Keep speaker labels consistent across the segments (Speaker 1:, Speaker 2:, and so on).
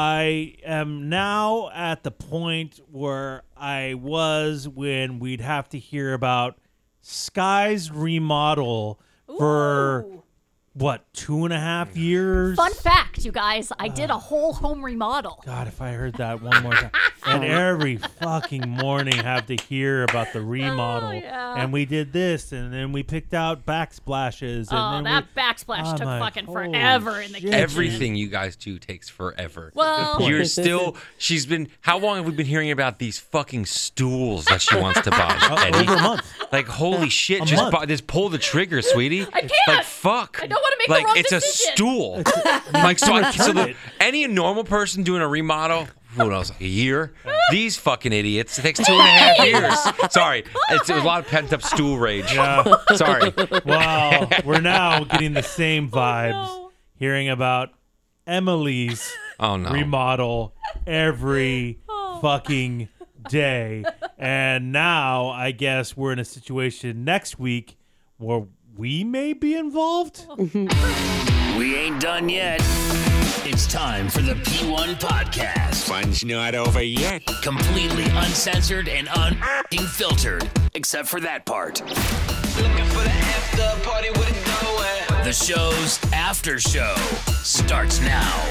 Speaker 1: I am now at the point where I was when we'd have to hear about Sky's remodel for
Speaker 2: Ooh.
Speaker 1: what two and a half years.
Speaker 2: Fun fact, you guys, I did
Speaker 3: Ah.
Speaker 2: a whole home remodel.
Speaker 1: God, if I heard that one more time, and every fucking morning have to hear about the remodel,
Speaker 2: Oh, yeah.
Speaker 1: and we did this, and then we picked out backsplashes, and
Speaker 2: Oh,
Speaker 1: then
Speaker 2: that
Speaker 1: we,
Speaker 3: Ah,
Speaker 2: backsplash
Speaker 1: Oh
Speaker 2: took
Speaker 1: my-
Speaker 2: fucking
Speaker 1: holy
Speaker 2: forever in the
Speaker 1: shit.
Speaker 2: kitchen.
Speaker 3: Everything you guys do takes forever.
Speaker 2: Well,
Speaker 3: You're still. She's been. How long have we been hearing about these fucking stools that she wants to buy? Eddie?
Speaker 1: Uh, over a month.
Speaker 3: Like holy shit! just
Speaker 1: month.
Speaker 3: buy, just pull the trigger, sweetie. I
Speaker 2: can't.
Speaker 3: Like fuck.
Speaker 2: I don't wanna make the
Speaker 3: like
Speaker 2: wrong
Speaker 3: it's
Speaker 2: decision.
Speaker 3: a stool. like so, I, so
Speaker 1: Return
Speaker 3: the,
Speaker 1: it.
Speaker 3: any normal person doing a remodel. Who knows? Like a year. These fucking idiots. It takes two and a half years. Sorry, it's, it was a lot of pent up stool rage. Sorry.
Speaker 1: Well, we're now getting the same
Speaker 2: Oh,
Speaker 1: vibes, hearing about Emily's
Speaker 3: Oh no.
Speaker 1: remodel every
Speaker 4: Oh.
Speaker 1: fucking day. And now I guess we're in a situation next week where we may be involved.
Speaker 4: Oh.
Speaker 5: We ain't done yet. It's time for the P1 podcast.
Speaker 6: Fun's not over yet.
Speaker 5: Completely uncensored and unfiltered, except for that part. The show's after show starts now.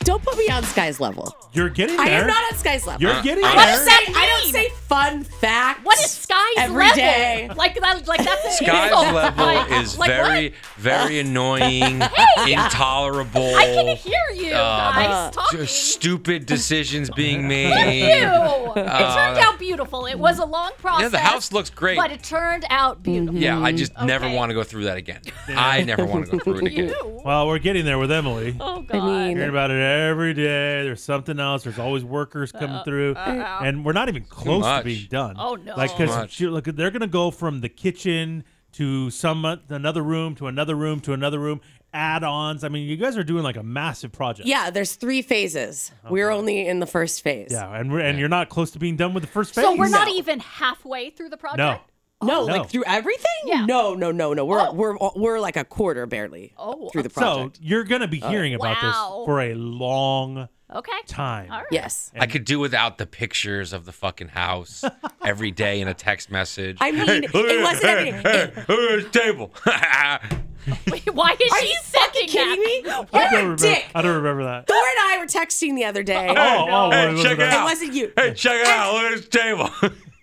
Speaker 4: Don't put me on Sky's level.
Speaker 1: You're getting there.
Speaker 4: I am not on Sky's level.
Speaker 1: You're getting
Speaker 4: I
Speaker 1: there.
Speaker 4: don't say I don't say fun facts.
Speaker 2: What is Sky's
Speaker 4: every
Speaker 2: level?
Speaker 4: day.
Speaker 2: Like that? Like that's an
Speaker 3: Sky's
Speaker 2: insult.
Speaker 3: level
Speaker 2: Like-
Speaker 3: is
Speaker 2: like,
Speaker 3: very, very annoying, intolerable.
Speaker 2: What? I can hear you guys talking.
Speaker 3: Oh, just stupid decisions being
Speaker 2: Ew.
Speaker 3: made.
Speaker 2: it turned out beautiful. It was a long process.
Speaker 3: Uh, Yeah, the house looks great.
Speaker 2: but it turned
Speaker 4: Mhm.
Speaker 2: out beautiful.
Speaker 3: Yeah, I just never
Speaker 2: Okay.
Speaker 3: want to go through that again. I never want to go through it again.
Speaker 2: You?
Speaker 1: Well, we're getting there with Emily.
Speaker 2: Oh God.
Speaker 4: I mean,
Speaker 1: Hearing about it every day. There's something else. There's always workers
Speaker 2: Uh,
Speaker 1: coming through, and we're not even close to
Speaker 3: much.
Speaker 1: being done.
Speaker 2: Oh, no.
Speaker 1: Like
Speaker 2: Too
Speaker 3: much.
Speaker 1: because look, they're gonna go from the kitchen to some uh, another room to another room to another room. Add-ons. I mean, you guys are doing like a massive project.
Speaker 4: yeah, there's three phases. We're only in the first phase.
Speaker 1: Yeah, and we're, and you're not close to being done with the first phase.
Speaker 2: so Oh, we're not
Speaker 4: No.
Speaker 2: even halfway through the project.
Speaker 1: No.
Speaker 4: No,
Speaker 1: Oh, No.
Speaker 4: like through everything?
Speaker 2: Yeah.
Speaker 4: No, no, no, no. We're
Speaker 2: Oh.
Speaker 4: we're we're like a quarter barely
Speaker 2: Oh.
Speaker 4: through the
Speaker 1: So
Speaker 4: project.
Speaker 1: you're gonna be
Speaker 3: Uh,
Speaker 1: hearing about
Speaker 2: Wow.
Speaker 1: this for a long
Speaker 2: Okay.
Speaker 1: time.
Speaker 2: All right.
Speaker 4: yes.
Speaker 3: I could do without the pictures of the fucking house every day in a text message.
Speaker 4: I mean, it wasn't every day.
Speaker 3: Hey, hey, hey, table.
Speaker 2: Wait, Why is
Speaker 4: Are
Speaker 2: she
Speaker 4: you
Speaker 2: sending
Speaker 4: fucking kidding
Speaker 2: that?
Speaker 4: me? What
Speaker 1: I don't
Speaker 4: a
Speaker 1: remember.
Speaker 4: dick.
Speaker 1: I don't remember that.
Speaker 4: Thor and I were texting the other day.
Speaker 1: Oh, oh,
Speaker 3: Hey,
Speaker 1: wait, wait,
Speaker 3: check
Speaker 1: wait.
Speaker 3: it
Speaker 4: It
Speaker 3: out.
Speaker 4: wasn't you.
Speaker 3: hey, check it out. Look at this table.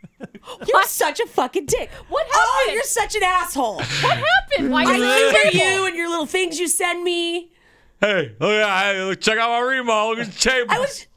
Speaker 4: You're such a fucking dick.
Speaker 2: What
Speaker 4: Oh,
Speaker 2: happened?
Speaker 4: you're such an asshole.
Speaker 2: What happened? Why
Speaker 4: I
Speaker 2: is she
Speaker 4: hear
Speaker 2: sending
Speaker 4: you and your little things you send me.
Speaker 3: hey, look at hey, look, check out my remodel. Look at this table.
Speaker 4: I was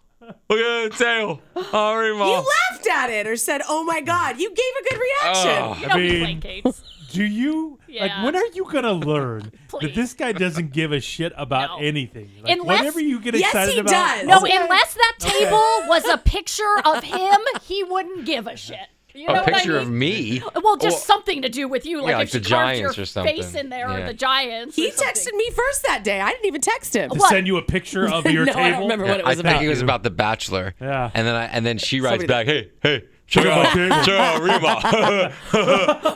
Speaker 3: Look at the table. My
Speaker 4: you
Speaker 3: remodel.
Speaker 4: laughed at it or said, "Oh my god," you gave a good reaction.
Speaker 3: Oh.
Speaker 2: You know
Speaker 1: I
Speaker 2: we
Speaker 1: mean-
Speaker 2: play games.
Speaker 1: Do you like
Speaker 2: Yeah.
Speaker 1: when are you gonna learn that
Speaker 2: Please.
Speaker 1: this guy doesn't give a shit about
Speaker 2: No.
Speaker 1: anything? Like,
Speaker 2: Unless-
Speaker 1: whenever you get
Speaker 4: Yes,
Speaker 1: excited
Speaker 4: he
Speaker 1: about
Speaker 4: does.
Speaker 2: No,
Speaker 4: Okay.
Speaker 2: unless that table was a picture of him, he wouldn't give a shit. You know
Speaker 3: A picture
Speaker 2: what I
Speaker 3: of
Speaker 2: mean?
Speaker 3: me.
Speaker 2: Well, just
Speaker 3: Well,
Speaker 2: something to do with you, like,
Speaker 3: like
Speaker 2: if
Speaker 3: the
Speaker 2: she carved
Speaker 3: Giants
Speaker 2: your
Speaker 3: or something.
Speaker 2: face in there,
Speaker 3: Yeah.
Speaker 2: or the Giants.
Speaker 4: He
Speaker 2: or something.
Speaker 4: texted me first that day. I didn't even text him.
Speaker 1: to
Speaker 2: What?
Speaker 1: send you a picture of your
Speaker 4: no,
Speaker 1: table.
Speaker 4: I don't remember what it
Speaker 3: I
Speaker 4: was about.
Speaker 3: think it was about The Bachelor.
Speaker 1: Yeah.
Speaker 3: And then I, and then she writes
Speaker 4: Somebody-
Speaker 3: back, hey, hey, check out
Speaker 1: out my table."
Speaker 3: check out Reba.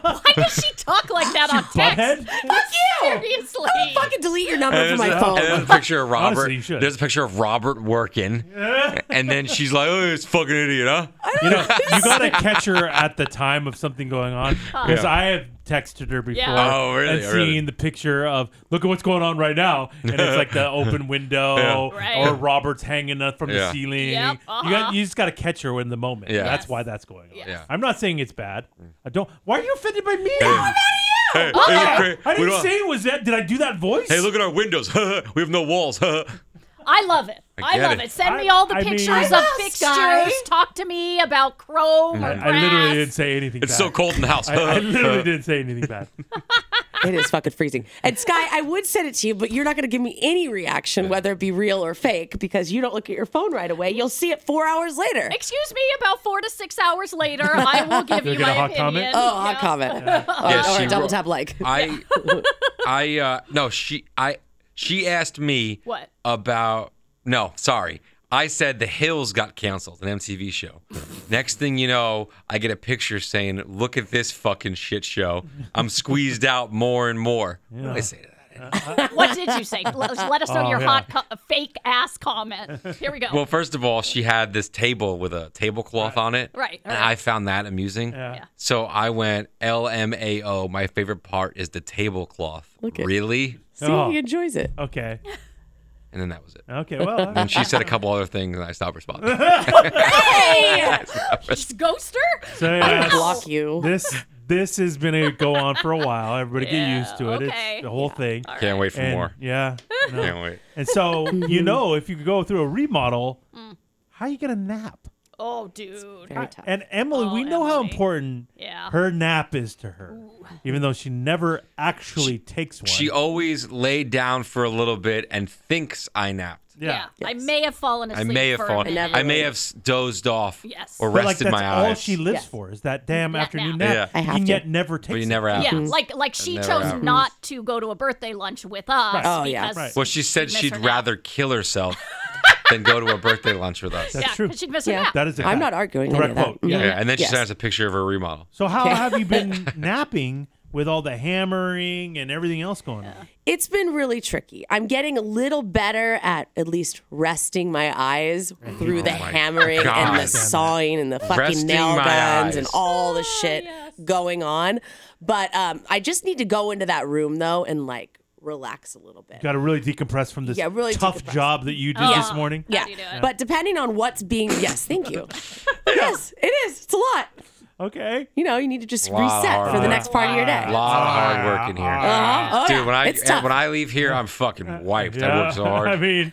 Speaker 2: Why does she talk like that on text?
Speaker 1: Butthead?
Speaker 4: Fuck you!
Speaker 2: Seriously.
Speaker 4: Fucking delete your number from
Speaker 3: and,
Speaker 4: my
Speaker 3: there's a, and
Speaker 4: phone.
Speaker 3: there's a picture of Robert.
Speaker 1: Honestly, you should.
Speaker 3: there's a picture of Robert working. and then she's like, oh, this fucking idiot, huh?
Speaker 1: You know, you gotta catch her at the time of something going on because
Speaker 3: Yeah.
Speaker 1: I have texted her before
Speaker 2: Yeah.
Speaker 3: Oh, really?
Speaker 1: and
Speaker 3: Oh,
Speaker 1: seen
Speaker 3: really?
Speaker 1: the picture of look at what's going on right now, and it's like the open window
Speaker 3: Yeah.
Speaker 2: Right.
Speaker 1: or Robert's hanging up from
Speaker 3: Yeah.
Speaker 1: the ceiling.
Speaker 2: Yep,
Speaker 1: You
Speaker 2: uh-huh.
Speaker 1: got, you just gotta catch her in the moment.
Speaker 3: Yeah.
Speaker 1: that's
Speaker 2: Yes.
Speaker 1: why that's going on.
Speaker 3: Yeah.
Speaker 1: I'm not saying it's bad. I don't. Why are you offended by me?
Speaker 3: Hey, hey,
Speaker 1: I
Speaker 3: we
Speaker 1: didn't
Speaker 3: don't-
Speaker 1: say it was that. Did I do that voice?
Speaker 3: Hey, look at our windows. we have no walls.
Speaker 2: I love it.
Speaker 3: I
Speaker 2: I,
Speaker 3: get
Speaker 2: love
Speaker 3: it.
Speaker 2: it. Send
Speaker 1: I-
Speaker 2: me all the
Speaker 1: I mean-
Speaker 2: pictures
Speaker 1: I
Speaker 2: of
Speaker 4: love
Speaker 2: fixtures.
Speaker 4: Sky.
Speaker 2: Talk to me about chrome or
Speaker 1: I,
Speaker 2: brass.
Speaker 1: I literally didn't say anything.
Speaker 3: it's
Speaker 1: bad.
Speaker 3: so cold in the house.
Speaker 1: I, I literally didn't say anything bad.
Speaker 4: It is fucking freezing. And Sky, I would send it to you, but you're not going to give me any reaction, whether it be real or fake, because you don't look at your phone right away. You'll see it four hours later.
Speaker 2: Excuse me, about four to six hours later, I will give you
Speaker 1: get a
Speaker 2: my
Speaker 1: hot
Speaker 2: opinion.
Speaker 1: comment?
Speaker 4: Oh, hot
Speaker 2: Yeah.
Speaker 4: comment. Or,
Speaker 3: Yeah,
Speaker 4: or
Speaker 3: she
Speaker 4: a double
Speaker 3: wrote-
Speaker 4: tap like.
Speaker 3: I, I, uh, no, she, I, she asked me
Speaker 2: What?
Speaker 3: about, no, sorry. I said The Hills got canceled, an MTV show. Next thing you know, I get a picture saying, look at this fucking shit show. I'm squeezed out more and more. What did I say to that?
Speaker 2: What did you say? Let, let us know
Speaker 1: Oh,
Speaker 2: your
Speaker 1: yeah.
Speaker 2: hot, co- uh, fake ass comment. Here we go.
Speaker 3: Well, first of all, she had this table with a tablecloth on it.
Speaker 2: Right,
Speaker 3: And
Speaker 2: right.
Speaker 3: I found that amusing.
Speaker 1: Yeah.
Speaker 3: So I went LMAO. My favorite part is the tablecloth.
Speaker 4: Look at-
Speaker 3: really?
Speaker 4: See,
Speaker 1: Oh.
Speaker 4: he enjoys it.
Speaker 1: Okay.
Speaker 3: And then that was it.
Speaker 1: Okay. Well,
Speaker 3: And she said a couple other things, and I stopped responding.
Speaker 2: hey, he's ghoster.
Speaker 1: so,
Speaker 3: Oh.
Speaker 1: yeah,
Speaker 4: Block you.
Speaker 1: this this has been a go on for a while. Everybody
Speaker 2: Yeah,
Speaker 1: get used to it.
Speaker 2: okay.
Speaker 1: It's the whole thing.
Speaker 3: Can't wait for
Speaker 1: And-
Speaker 3: more.
Speaker 1: Yeah. no.
Speaker 3: Can't wait.
Speaker 1: And so
Speaker 4: Mm-hmm.
Speaker 1: you know, if you go through a remodel,
Speaker 2: Mm.
Speaker 1: how you gonna nap?
Speaker 2: Oh, dude.
Speaker 4: Very tough.
Speaker 1: And Emily, we know how important
Speaker 2: Oh, Yeah.
Speaker 1: her nap is to her, even though she never actually takes one.
Speaker 3: She always laid down for a little bit and thinks I napped.
Speaker 2: Yeah, I
Speaker 4: Yes.
Speaker 2: may have fallen
Speaker 3: I
Speaker 2: asleep.
Speaker 3: may have
Speaker 2: for a
Speaker 3: fallen.
Speaker 2: minute.
Speaker 4: never
Speaker 3: I may
Speaker 4: really-
Speaker 3: have s- dozed off.
Speaker 2: Yes.
Speaker 3: Or
Speaker 1: But like
Speaker 3: rested
Speaker 1: that's
Speaker 3: my
Speaker 1: all
Speaker 3: eyes.
Speaker 1: she lives
Speaker 4: Yes.
Speaker 1: for is that damn
Speaker 2: That
Speaker 1: afternoon
Speaker 2: nap.
Speaker 1: nap.
Speaker 3: Yeah.
Speaker 4: I have
Speaker 1: and
Speaker 4: to.
Speaker 1: yet never takes.
Speaker 3: But you
Speaker 1: it.
Speaker 3: never
Speaker 2: Yeah,
Speaker 3: asked.
Speaker 2: like like she
Speaker 3: never
Speaker 2: chose
Speaker 3: happens.
Speaker 2: not to go to a birthday lunch with us.
Speaker 4: Oh, yeah.
Speaker 2: because-
Speaker 1: Right.
Speaker 3: Well, she said
Speaker 2: miss
Speaker 3: she'd
Speaker 2: her nap.
Speaker 3: rather kill herself than go to a birthday lunch with us.
Speaker 1: That's
Speaker 2: yeah,
Speaker 1: true.
Speaker 2: 'cause she'd miss
Speaker 4: Yeah.
Speaker 2: her nap.
Speaker 1: That is. A
Speaker 4: I'm
Speaker 1: fact.
Speaker 4: not arguing any
Speaker 1: Direct
Speaker 4: of that.
Speaker 1: quote.
Speaker 4: Mhm.
Speaker 1: Yeah.
Speaker 3: Yeah, and then she
Speaker 4: Yes.
Speaker 3: sent us a picture of her remodel.
Speaker 1: So how have you been napping with all the hammering and everything else going on?
Speaker 4: It's been really tricky. I'm getting a little better at at least resting my eyes through the
Speaker 3: Oh my
Speaker 4: hammering and the
Speaker 3: God.
Speaker 4: sawing and the fucking
Speaker 3: Resting
Speaker 4: nail
Speaker 3: my
Speaker 4: guns
Speaker 3: eyes.
Speaker 4: and all
Speaker 2: Oh,
Speaker 4: the shit going on. But um, I just need to go into that room though and like relax a little bit.
Speaker 1: Got to really decompress from this
Speaker 4: Yeah, really
Speaker 1: tough
Speaker 4: decompress.
Speaker 1: job that you did this morning.
Speaker 4: Yeah,
Speaker 2: do you do it?
Speaker 4: but depending on what's being yes, thank you. yes, it is. It's a lot.
Speaker 1: Okay.
Speaker 4: You know, you need to just
Speaker 3: Lot of
Speaker 4: reset
Speaker 3: hard
Speaker 4: for the
Speaker 3: work.
Speaker 4: next part of your day.
Speaker 3: A lot of hard work in here.
Speaker 4: Uh-huh. Oh,
Speaker 3: Dude,
Speaker 4: yeah.
Speaker 3: when I
Speaker 4: it's tough.
Speaker 3: when I leave here, I'm fucking wiped. I worked so
Speaker 1: I
Speaker 3: hard.
Speaker 1: mean,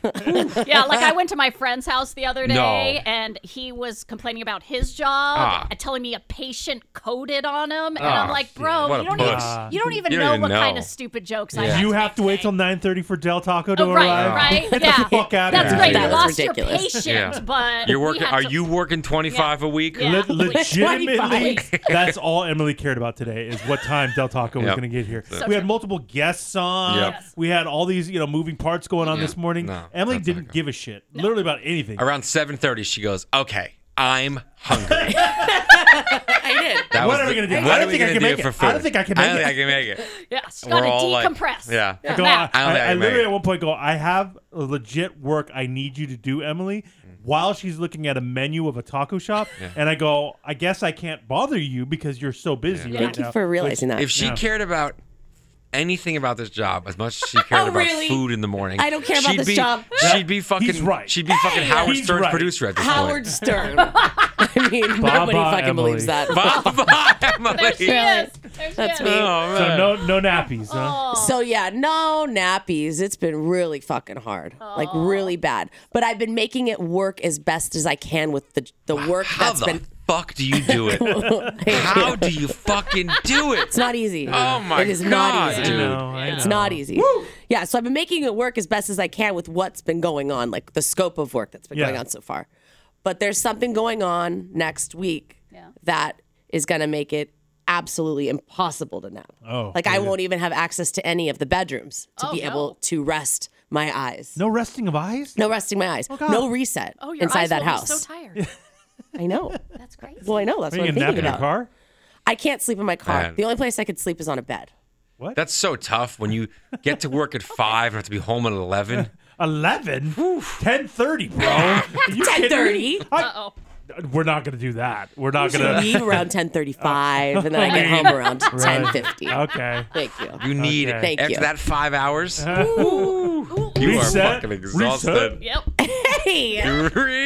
Speaker 2: yeah, like I went to my friend's house the other
Speaker 3: No.
Speaker 2: day and he was complaining about his job
Speaker 3: Ah.
Speaker 2: and telling me a patient coded on him. And
Speaker 3: Ah,
Speaker 2: I'm like, bro,
Speaker 3: what a
Speaker 2: you don't,
Speaker 3: puss.
Speaker 2: even, you don't even
Speaker 3: You don't
Speaker 2: know
Speaker 3: even
Speaker 2: what
Speaker 3: know.
Speaker 2: kind of stupid jokes I
Speaker 3: Yeah.
Speaker 2: had
Speaker 1: you
Speaker 2: to
Speaker 1: have
Speaker 2: make
Speaker 1: to wait
Speaker 2: today.
Speaker 1: till 9:30 for Del Taco to
Speaker 2: Oh,
Speaker 1: arrive.
Speaker 2: right, right. yeah.
Speaker 1: fuck outta
Speaker 2: That's
Speaker 1: here.
Speaker 2: right.
Speaker 4: Yeah,
Speaker 2: you
Speaker 4: that's
Speaker 2: lost
Speaker 4: ridiculous.
Speaker 2: your patient,
Speaker 3: Yeah.
Speaker 2: but
Speaker 3: You're
Speaker 2: we
Speaker 3: working.
Speaker 2: had
Speaker 3: Are
Speaker 2: to-
Speaker 3: you working 25 a week?
Speaker 2: Yeah.
Speaker 1: Le- legitimately,
Speaker 4: 25.
Speaker 1: that's all Emily cared about today is what time Del Taco was
Speaker 3: Yep.
Speaker 1: going to get here.
Speaker 3: So
Speaker 1: we had multiple guests on.
Speaker 3: Yep. Yes.
Speaker 1: We had all these, you know, moving parts going on this morning.
Speaker 3: No,
Speaker 1: Emily
Speaker 3: that's not
Speaker 1: didn't
Speaker 3: good.
Speaker 1: give a shit, literally about anything.
Speaker 3: Around 7:30, she goes, "Okay, I'm hungry."
Speaker 4: I did.
Speaker 3: That
Speaker 1: What
Speaker 3: was
Speaker 1: are we
Speaker 3: the-
Speaker 1: gonna do?
Speaker 3: what
Speaker 1: I
Speaker 3: are
Speaker 1: don't
Speaker 3: we
Speaker 1: think I
Speaker 3: gonna
Speaker 1: can
Speaker 3: do
Speaker 1: make
Speaker 3: for
Speaker 1: it. I don't
Speaker 3: food?
Speaker 1: think I can make
Speaker 3: don't
Speaker 1: it.
Speaker 3: think I can make it.
Speaker 2: Yeah, just
Speaker 3: We're
Speaker 2: gotta
Speaker 3: all like-
Speaker 2: decompress.
Speaker 3: yeah.
Speaker 1: I go, I,
Speaker 3: I don't think
Speaker 1: I,
Speaker 3: I can make
Speaker 1: literally
Speaker 3: it.
Speaker 1: at one point go, I have legit work I need you to do, Emily,
Speaker 3: Mm-hmm.
Speaker 1: while she's looking at a menu of a taco shop. And I go, I guess I can't bother you because you're so busy. right
Speaker 4: Thank you
Speaker 1: now."
Speaker 4: for realizing that.
Speaker 3: If she
Speaker 1: Yeah.
Speaker 3: cared about anything about this job as much as she cared
Speaker 4: Oh,
Speaker 3: about
Speaker 4: really?
Speaker 3: food in the morning,
Speaker 4: I don't care about
Speaker 3: she'd
Speaker 4: this
Speaker 3: be-
Speaker 4: job.
Speaker 3: She'd be fucking.
Speaker 1: He's right.
Speaker 3: She'd be fucking Howard
Speaker 1: He's
Speaker 3: Stern's
Speaker 1: right.
Speaker 3: producer at this
Speaker 4: Howard
Speaker 3: point.
Speaker 4: Stern. I mean, nobody fucking
Speaker 1: Emily.
Speaker 4: believes that.
Speaker 3: Bye-bye,
Speaker 2: There she
Speaker 3: Emily.
Speaker 2: is. There she
Speaker 4: That's
Speaker 2: is.
Speaker 4: me.
Speaker 3: Oh,
Speaker 1: So
Speaker 3: man.
Speaker 1: no, no nappies, huh?
Speaker 4: So yeah, no nappies. It's been really fucking hard, like really bad. But I've been making it work as best as I can with the the work
Speaker 3: How
Speaker 4: that's
Speaker 3: the
Speaker 4: been.
Speaker 3: fuck do you do it? How do you fucking do it?
Speaker 4: It's not easy.
Speaker 3: Oh my
Speaker 4: It is
Speaker 3: God,
Speaker 4: not easy.
Speaker 1: I
Speaker 3: dude.
Speaker 1: know, I
Speaker 4: It's
Speaker 1: know.
Speaker 4: not easy. Yeah, so I've been making it work as best as I can with what's been going on, like the scope of work that's been
Speaker 1: Yeah.
Speaker 4: going on so far. But there's something going on next week that is going to make it absolutely impossible to nap.
Speaker 1: Oh,
Speaker 4: like I won't even have access to any of the bedrooms to
Speaker 2: Oh,
Speaker 4: be
Speaker 2: no.
Speaker 4: able to rest my eyes.
Speaker 1: No resting of eyes?
Speaker 4: No resting my eyes.
Speaker 1: God.
Speaker 4: no reset
Speaker 2: Oh, your
Speaker 4: inside
Speaker 2: eyes
Speaker 4: that
Speaker 2: will be
Speaker 4: house.
Speaker 2: so tired.
Speaker 4: I know.
Speaker 2: That's crazy.
Speaker 4: Well, I know. That's
Speaker 1: Are you going
Speaker 4: what I'm
Speaker 1: to nap
Speaker 4: thinking
Speaker 1: in your
Speaker 4: about.
Speaker 1: car?
Speaker 4: I can't sleep in my car.
Speaker 3: Man.
Speaker 4: The only place I could sleep is on a bed.
Speaker 1: What?
Speaker 3: That's so tough when you get to work at five and have to be home at eleven.
Speaker 1: 11? 10.30, bro. Are you kidding me?
Speaker 4: 10:30.
Speaker 1: I- We're not going to do that. We're not going to.
Speaker 4: leave around 10:35, and then I get home around 10:50.
Speaker 1: Okay.
Speaker 4: Thank you.
Speaker 3: You need
Speaker 1: Okay.
Speaker 4: Thank
Speaker 3: after
Speaker 4: you.
Speaker 3: that five hours. Ooh, you are
Speaker 1: Reset.
Speaker 3: fucking exhausted.
Speaker 2: Yep.
Speaker 4: Hey.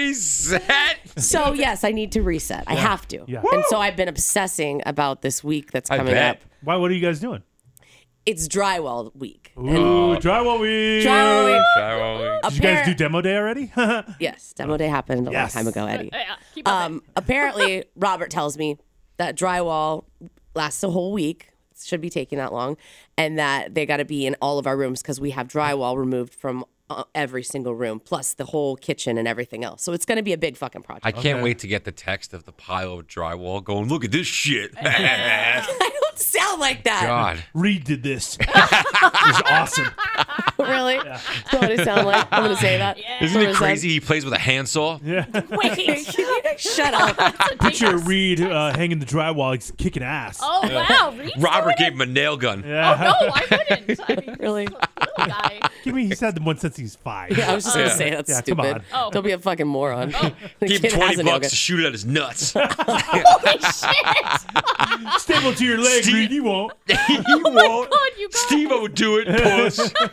Speaker 3: Reset.
Speaker 4: So yes, I need to reset. I have to.
Speaker 1: Yeah.
Speaker 4: And so I've been obsessing about this week that's
Speaker 3: I
Speaker 4: coming
Speaker 3: bet.
Speaker 4: up.
Speaker 1: Why? What are you guys doing?
Speaker 4: It's drywall week.
Speaker 1: Ooh, drywall week.
Speaker 4: Drywall week.
Speaker 3: um,
Speaker 1: Did you guys do
Speaker 4: Appar-
Speaker 1: demo day already?
Speaker 4: Yes, demo day happened a
Speaker 1: Yes.
Speaker 4: long time ago, Eddie.
Speaker 2: Yeah. Keep up.
Speaker 4: Um, apparently, Robert tells me that drywall lasts a whole week. Should be taking that long, and that they got to be in all of our rooms because we have drywall removed from uh, every single room, plus the whole kitchen and everything else. So it's going to be a big fucking project.
Speaker 3: I can't wait to get the text of the pile of drywall going. Look at this shit.
Speaker 4: I don't sound like that.
Speaker 3: God.
Speaker 1: Reed did this. It was awesome.
Speaker 4: really? That's what it sound like. I'm gonna say that.
Speaker 3: Isn't
Speaker 4: What
Speaker 3: it
Speaker 4: is that?
Speaker 3: crazy? He plays with a handsaw.
Speaker 2: Wait.
Speaker 4: Shut up.
Speaker 1: Picture Reed uh, hanging the drywall, he's kicking ass.
Speaker 2: Oh wow, Reed's doing
Speaker 3: Robert gave him a nail gun.
Speaker 2: it? Oh no, I wouldn't. I mean,
Speaker 4: Really?
Speaker 2: little guy.
Speaker 1: Give me, he's had them one since he's five.
Speaker 4: Yeah, I was just gonna
Speaker 3: Yeah.
Speaker 4: say that's
Speaker 1: Yeah, come
Speaker 4: stupid.
Speaker 1: on.
Speaker 2: Oh.
Speaker 4: Don't be a fucking moron. The
Speaker 3: Give him
Speaker 4: kid has
Speaker 3: twenty
Speaker 4: a nail
Speaker 3: bucks to shoot it at his nuts.
Speaker 2: Holy shit!
Speaker 1: Staple to your leg,
Speaker 3: Steve-
Speaker 1: Reed. You won't.
Speaker 3: He won't.
Speaker 2: God, you guys.
Speaker 3: Steve would do it, puss.
Speaker 4: gun.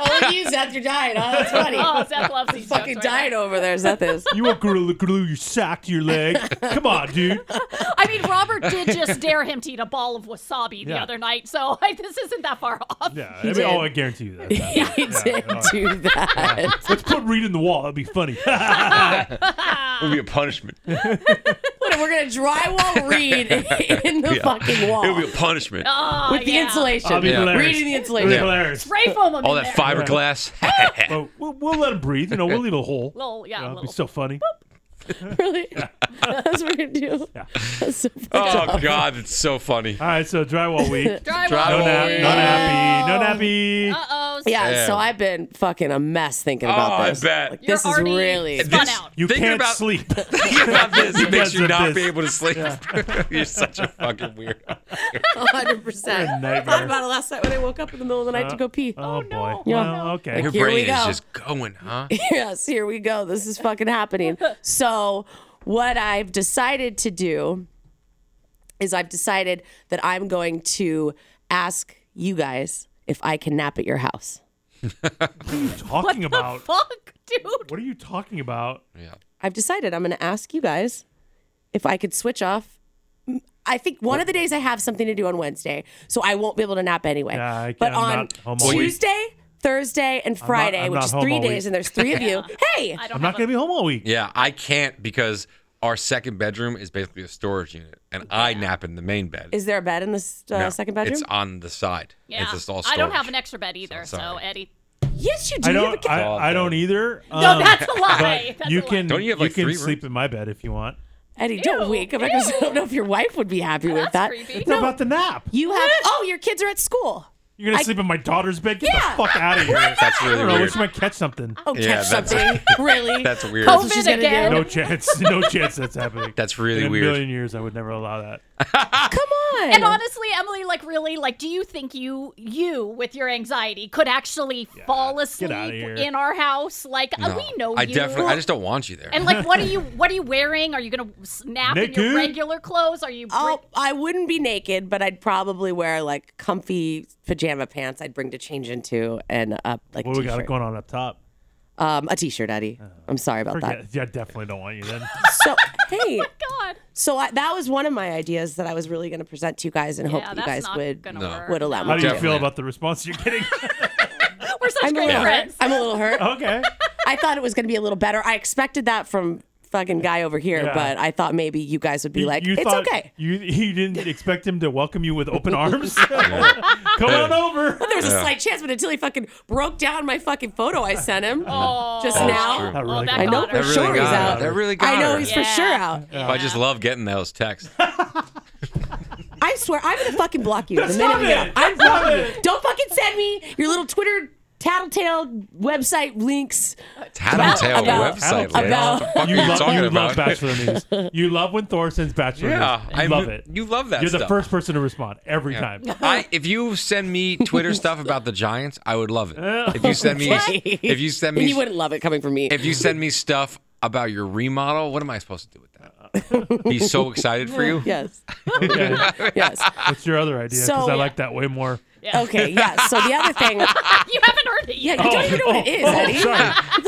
Speaker 4: All used after diet. Oh, that's funny.
Speaker 2: Oh, Seth loves these jokes
Speaker 4: fucking
Speaker 2: right
Speaker 4: died over there. Is that this?
Speaker 1: You won't glue, glue your sock to your leg. Come on, dude.
Speaker 2: now. I mean, Robert did just dare him to eat a ball of wasabi the
Speaker 1: Yeah.
Speaker 2: other night, so I, this isn't that far off.
Speaker 1: Yeah, I mean,
Speaker 4: did.
Speaker 1: oh, I guarantee you that. that.
Speaker 4: he did do that.
Speaker 1: Let's put Reed in the wall. That'd be funny.
Speaker 3: would be a punishment. It
Speaker 4: What, We're gonna drywall read in the
Speaker 3: Yeah.
Speaker 4: fucking wall
Speaker 3: would be a punishment.
Speaker 2: Oh,
Speaker 4: with the
Speaker 2: yeah.
Speaker 1: I'll
Speaker 4: insulation.
Speaker 1: be
Speaker 3: Yeah.
Speaker 1: hilarious.
Speaker 4: Reading the
Speaker 1: It'd
Speaker 4: insulation.
Speaker 1: be
Speaker 3: Yeah.
Speaker 1: hilarious.
Speaker 2: Spray foam him
Speaker 3: All
Speaker 2: in
Speaker 3: that
Speaker 2: there.
Speaker 3: fiberglass.
Speaker 1: But we'll, we'll let him breathe. You know, we'll leave a hole.
Speaker 2: Little, yeah,
Speaker 1: You know, it'd be
Speaker 2: little.
Speaker 1: so funny.
Speaker 4: Really? That's what we're gonna do. That's so funny.
Speaker 3: oh God, it's so funny.
Speaker 1: All right, so drywall week.
Speaker 2: Drive
Speaker 3: Drive
Speaker 1: No
Speaker 3: on.
Speaker 2: on.
Speaker 1: nap, no nappy, no nappy.
Speaker 2: Uh-oh.
Speaker 4: Yeah,
Speaker 3: Yeah.
Speaker 4: so I've been fucking a mess thinking
Speaker 3: Oh,
Speaker 4: about
Speaker 3: I
Speaker 4: this.
Speaker 3: bet.
Speaker 2: You're
Speaker 4: This is
Speaker 2: already
Speaker 4: really-
Speaker 2: spun
Speaker 3: This-
Speaker 2: out.
Speaker 1: You
Speaker 3: Thinking
Speaker 1: can't
Speaker 3: about-
Speaker 1: sleep.
Speaker 3: Thinking about this, it makes
Speaker 1: guys
Speaker 3: you
Speaker 1: are
Speaker 3: not be
Speaker 1: pissed.
Speaker 3: able to sleep. You're such a fucking weirdo.
Speaker 4: hundred percent. I
Speaker 1: nightmare.
Speaker 4: thought about it last night when I woke up in the middle of the night to go pee.
Speaker 1: Oh, boy.
Speaker 2: no.
Speaker 1: Well, okay.
Speaker 3: Your
Speaker 4: Here we
Speaker 3: brain is
Speaker 4: go.
Speaker 3: just going, huh?
Speaker 4: yes, here we go. This is fucking happening. So, what I've decided to do is I've decided that I'm going to ask you guys if I can nap at your house.
Speaker 1: talking about?
Speaker 2: Fuck, dude.
Speaker 1: What are you talking about?
Speaker 4: I've decided I'm going to ask you guys if I could switch off. I think one of the days I have something to do on Wednesday, so I won't be able to nap anyway.
Speaker 1: Yeah, I
Speaker 4: but
Speaker 1: can't- I'm
Speaker 4: on
Speaker 1: not home all week.
Speaker 4: Tuesday, Thursday, and Friday,
Speaker 1: I'm
Speaker 4: which
Speaker 1: not
Speaker 4: is
Speaker 1: home
Speaker 4: three
Speaker 1: all
Speaker 4: days,
Speaker 1: week.
Speaker 4: and there's three of you. Hey,
Speaker 2: I don't
Speaker 1: I'm
Speaker 2: have
Speaker 1: not going to be home all week.
Speaker 3: Yeah, I can't because our second bedroom is basically a storage unit, and I nap in the main bed.
Speaker 4: is there a bed in this uh,
Speaker 3: No,
Speaker 4: second bedroom?
Speaker 3: It's on the side.
Speaker 2: a, yeah.
Speaker 3: It's just all
Speaker 2: I
Speaker 3: storage.
Speaker 2: don't have an extra bed either,
Speaker 3: So
Speaker 2: so,
Speaker 3: sorry.
Speaker 2: Eddie.
Speaker 4: Yes, you do.
Speaker 1: I
Speaker 4: You have a
Speaker 1: don't.
Speaker 4: kid.
Speaker 1: I, I don't either.
Speaker 2: No,
Speaker 1: um,
Speaker 2: that's a lie.
Speaker 1: but
Speaker 2: That's
Speaker 1: you
Speaker 2: a lie.
Speaker 1: can.
Speaker 3: Don't you have, like,
Speaker 1: can
Speaker 3: three
Speaker 1: sleep in my bed if you want.
Speaker 4: Eddie, don't wink. I'm like, I don't know if your wife would be happy with
Speaker 2: That's
Speaker 4: that.
Speaker 2: creepy.
Speaker 1: It's about the nap.
Speaker 4: You have. Oh, your kids are at school.
Speaker 1: You're gonna
Speaker 4: I-
Speaker 1: sleep in my daughter's bed. Get
Speaker 4: Yeah.
Speaker 1: the fuck out of here.
Speaker 3: That's really
Speaker 1: I don't know.
Speaker 3: weird.
Speaker 1: She might catch something.
Speaker 4: Oh,
Speaker 3: Yeah,
Speaker 4: catch
Speaker 3: that's-
Speaker 4: something. really?
Speaker 3: That's weird.
Speaker 2: COVID
Speaker 4: she's gonna do.
Speaker 2: again.
Speaker 1: No chance. No chance that's happening.
Speaker 3: That's really
Speaker 1: in a
Speaker 3: weird.
Speaker 1: million years, I would never allow that.
Speaker 4: Come on.
Speaker 2: And honestly, Emily, like really, like, do you think you, you with your anxiety, could actually fall asleep
Speaker 1: outta here.
Speaker 2: in our house? Like uh,
Speaker 3: No,
Speaker 2: we know
Speaker 3: I
Speaker 2: you.
Speaker 3: definitely. I just don't want you there.
Speaker 2: And like, what are you? What are you wearing? Are you gonna snap in
Speaker 1: Naked?
Speaker 2: your regular clothes? Are you?
Speaker 4: I'll, I wouldn't be naked, but I'd probably wear like comfy pajama pants. I'd bring to change into and uh, like
Speaker 1: What do we got
Speaker 4: t-shirt.
Speaker 1: going on up top?
Speaker 4: um, a t-shirt, Eddie.
Speaker 3: Uh,
Speaker 4: I'm sorry about
Speaker 1: Forget.
Speaker 4: that.
Speaker 1: Yeah, definitely don't want you then.
Speaker 4: So hey,
Speaker 2: Oh God.
Speaker 4: so I, that was one of my ideas that I was really going to present to you guys and hope
Speaker 2: Yeah,
Speaker 4: that Oh,
Speaker 2: that's
Speaker 4: you guys
Speaker 2: not
Speaker 4: would
Speaker 2: gonna
Speaker 3: No.
Speaker 2: work.
Speaker 4: would
Speaker 1: How
Speaker 4: allow me
Speaker 1: do
Speaker 4: to.
Speaker 1: you
Speaker 3: Definitely.
Speaker 1: feel about the response you're getting?
Speaker 2: We're such
Speaker 4: I'm a
Speaker 2: great
Speaker 4: little hurt.
Speaker 2: friends.
Speaker 4: I'm a little hurt.
Speaker 1: okay.
Speaker 4: I thought it was going to be a little better. I expected that from fucking guy over here,
Speaker 1: Yeah.
Speaker 4: but I thought maybe you guys would be like, "It's
Speaker 1: thought
Speaker 4: okay."
Speaker 1: You you didn't expect him to welcome you with open arms. Come on over.
Speaker 4: There was a slight chance, but until he fucking broke down my fucking photo I sent him just
Speaker 3: That's
Speaker 4: now.
Speaker 3: true.
Speaker 1: That really
Speaker 2: oh, that
Speaker 1: got
Speaker 4: I know
Speaker 2: got her.
Speaker 4: for
Speaker 3: That really
Speaker 4: sure he's
Speaker 3: got her.
Speaker 4: out.
Speaker 3: That really got
Speaker 4: I know
Speaker 3: her.
Speaker 4: he's
Speaker 2: Yeah.
Speaker 4: for sure out.
Speaker 3: I just love getting those texts.
Speaker 4: I swear, I'm gonna fucking block you. the minute
Speaker 1: Stop
Speaker 4: we get
Speaker 1: it!
Speaker 4: off. I'm
Speaker 1: Stop
Speaker 4: blocking you.
Speaker 1: it!
Speaker 4: Don't fucking send me your little Twitter tattletale website links.
Speaker 3: Tattletale
Speaker 4: About-
Speaker 3: website.
Speaker 1: about-
Speaker 3: Lance. What the fuck are
Speaker 1: You,
Speaker 3: you
Speaker 1: love,
Speaker 3: talking
Speaker 1: you love
Speaker 3: about?
Speaker 1: Bachelor News. You love when Thor sends Bachelor
Speaker 3: Yeah,
Speaker 1: News. You
Speaker 3: I
Speaker 1: love
Speaker 3: lo-
Speaker 1: it.
Speaker 3: you love that
Speaker 1: You're the
Speaker 3: stuff.
Speaker 1: first person to respond every time.
Speaker 3: I, if you send me Twitter stuff about the Giants, I would love it. If you send me, if you send
Speaker 4: And you
Speaker 3: me,
Speaker 4: wouldn't love it coming from me.
Speaker 3: if you send me stuff about your remodel, what am I supposed to do with that? Be so excited for you.
Speaker 4: yes.
Speaker 1: Okay.
Speaker 4: Yes.
Speaker 1: What's your other idea? Because
Speaker 4: So-
Speaker 1: I like that way more.
Speaker 4: Okay. Yes. So the other thing.
Speaker 2: You haven't heard it
Speaker 4: Yeah,
Speaker 2: yet.
Speaker 4: you don't even know what it is, Eddie.
Speaker 1: Sorry.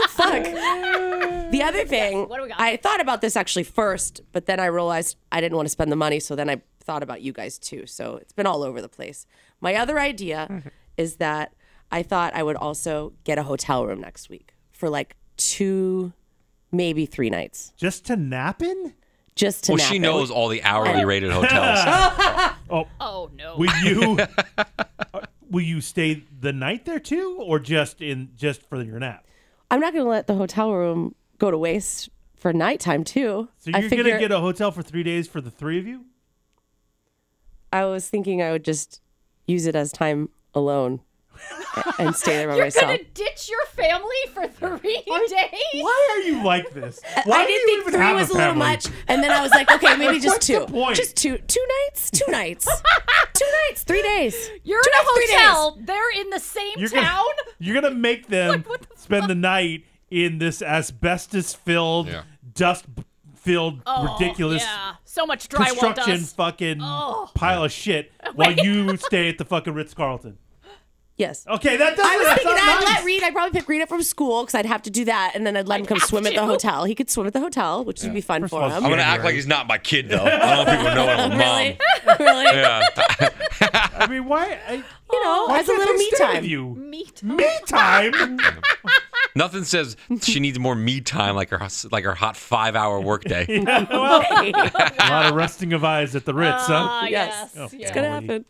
Speaker 4: Fuck. The other thing,
Speaker 2: what do we got?
Speaker 4: I thought about this actually first, but then I realized I didn't want to spend the money. So then I thought about you guys too. So it's been all over the place. My other idea is that I thought I would also get a hotel room next week for like two, maybe three nights
Speaker 1: Just to nap in?
Speaker 4: just to
Speaker 3: Well,
Speaker 4: nap
Speaker 3: she
Speaker 4: it.
Speaker 3: knows all the hourly rated hotels.
Speaker 2: Oh no.
Speaker 1: Will you will you stay the night there too, or just in just for your nap?
Speaker 4: I'm not going to let the hotel room go to waste for nighttime too.
Speaker 1: So
Speaker 4: I
Speaker 1: you're
Speaker 4: figure-
Speaker 1: gonna get a hotel for three days for the three of you?
Speaker 4: I was thinking I would just use it as time alone and stay there by
Speaker 2: You're
Speaker 4: myself.
Speaker 2: gonna ditch your family for three days?
Speaker 1: Why are you like this? Why
Speaker 4: I
Speaker 1: do
Speaker 4: did
Speaker 1: you
Speaker 4: think
Speaker 1: even
Speaker 4: three
Speaker 1: have
Speaker 4: was a little
Speaker 1: family?
Speaker 4: much, and then I was like, okay, maybe just
Speaker 1: What's
Speaker 4: two,
Speaker 1: the point?
Speaker 4: just two, two nights, two nights, two nights, three days.
Speaker 2: You're
Speaker 4: two
Speaker 2: in a
Speaker 4: nights, three
Speaker 2: hotel. They're in the same
Speaker 1: You're gonna,
Speaker 2: town.
Speaker 1: you're gonna make them spend the night in this asbestos-filled,
Speaker 3: Yeah.
Speaker 1: dust-filled, ridiculous
Speaker 2: Oh, Yeah, so much drywall
Speaker 1: construction
Speaker 2: dust.
Speaker 1: fucking pile of shit while you stay at the fucking Ritz Carlton.
Speaker 4: Yes.
Speaker 1: Okay, that doesn't.
Speaker 4: I was
Speaker 1: Oh, that's
Speaker 4: thinking
Speaker 1: not
Speaker 4: I'd
Speaker 1: nice.
Speaker 4: let Reed. I'd probably pick Reed up from school because I'd have to do that, and then I'd let him come
Speaker 2: have
Speaker 4: swim at
Speaker 2: to.
Speaker 4: the hotel. He could swim at the hotel, which would be fun
Speaker 1: First of
Speaker 4: for
Speaker 1: all,
Speaker 4: him.
Speaker 3: I'm gonna act like he's not my kid though. I don't know if people know I'm a mom.
Speaker 4: really, really,
Speaker 3: Yeah.
Speaker 1: I mean, why? I,
Speaker 4: you know,
Speaker 1: why
Speaker 4: as a
Speaker 1: can't
Speaker 4: little
Speaker 1: they
Speaker 4: me
Speaker 1: stay with
Speaker 4: time.
Speaker 1: You
Speaker 2: Meat.
Speaker 1: me time.
Speaker 3: Nothing says she needs more me time like her like her hot five hour workday.
Speaker 1: Yeah, well, a lot of resting of eyes at the Ritz, huh?
Speaker 2: Ah,
Speaker 4: Yes.
Speaker 1: Oh.
Speaker 2: yes. yeah.
Speaker 4: It's gonna happen.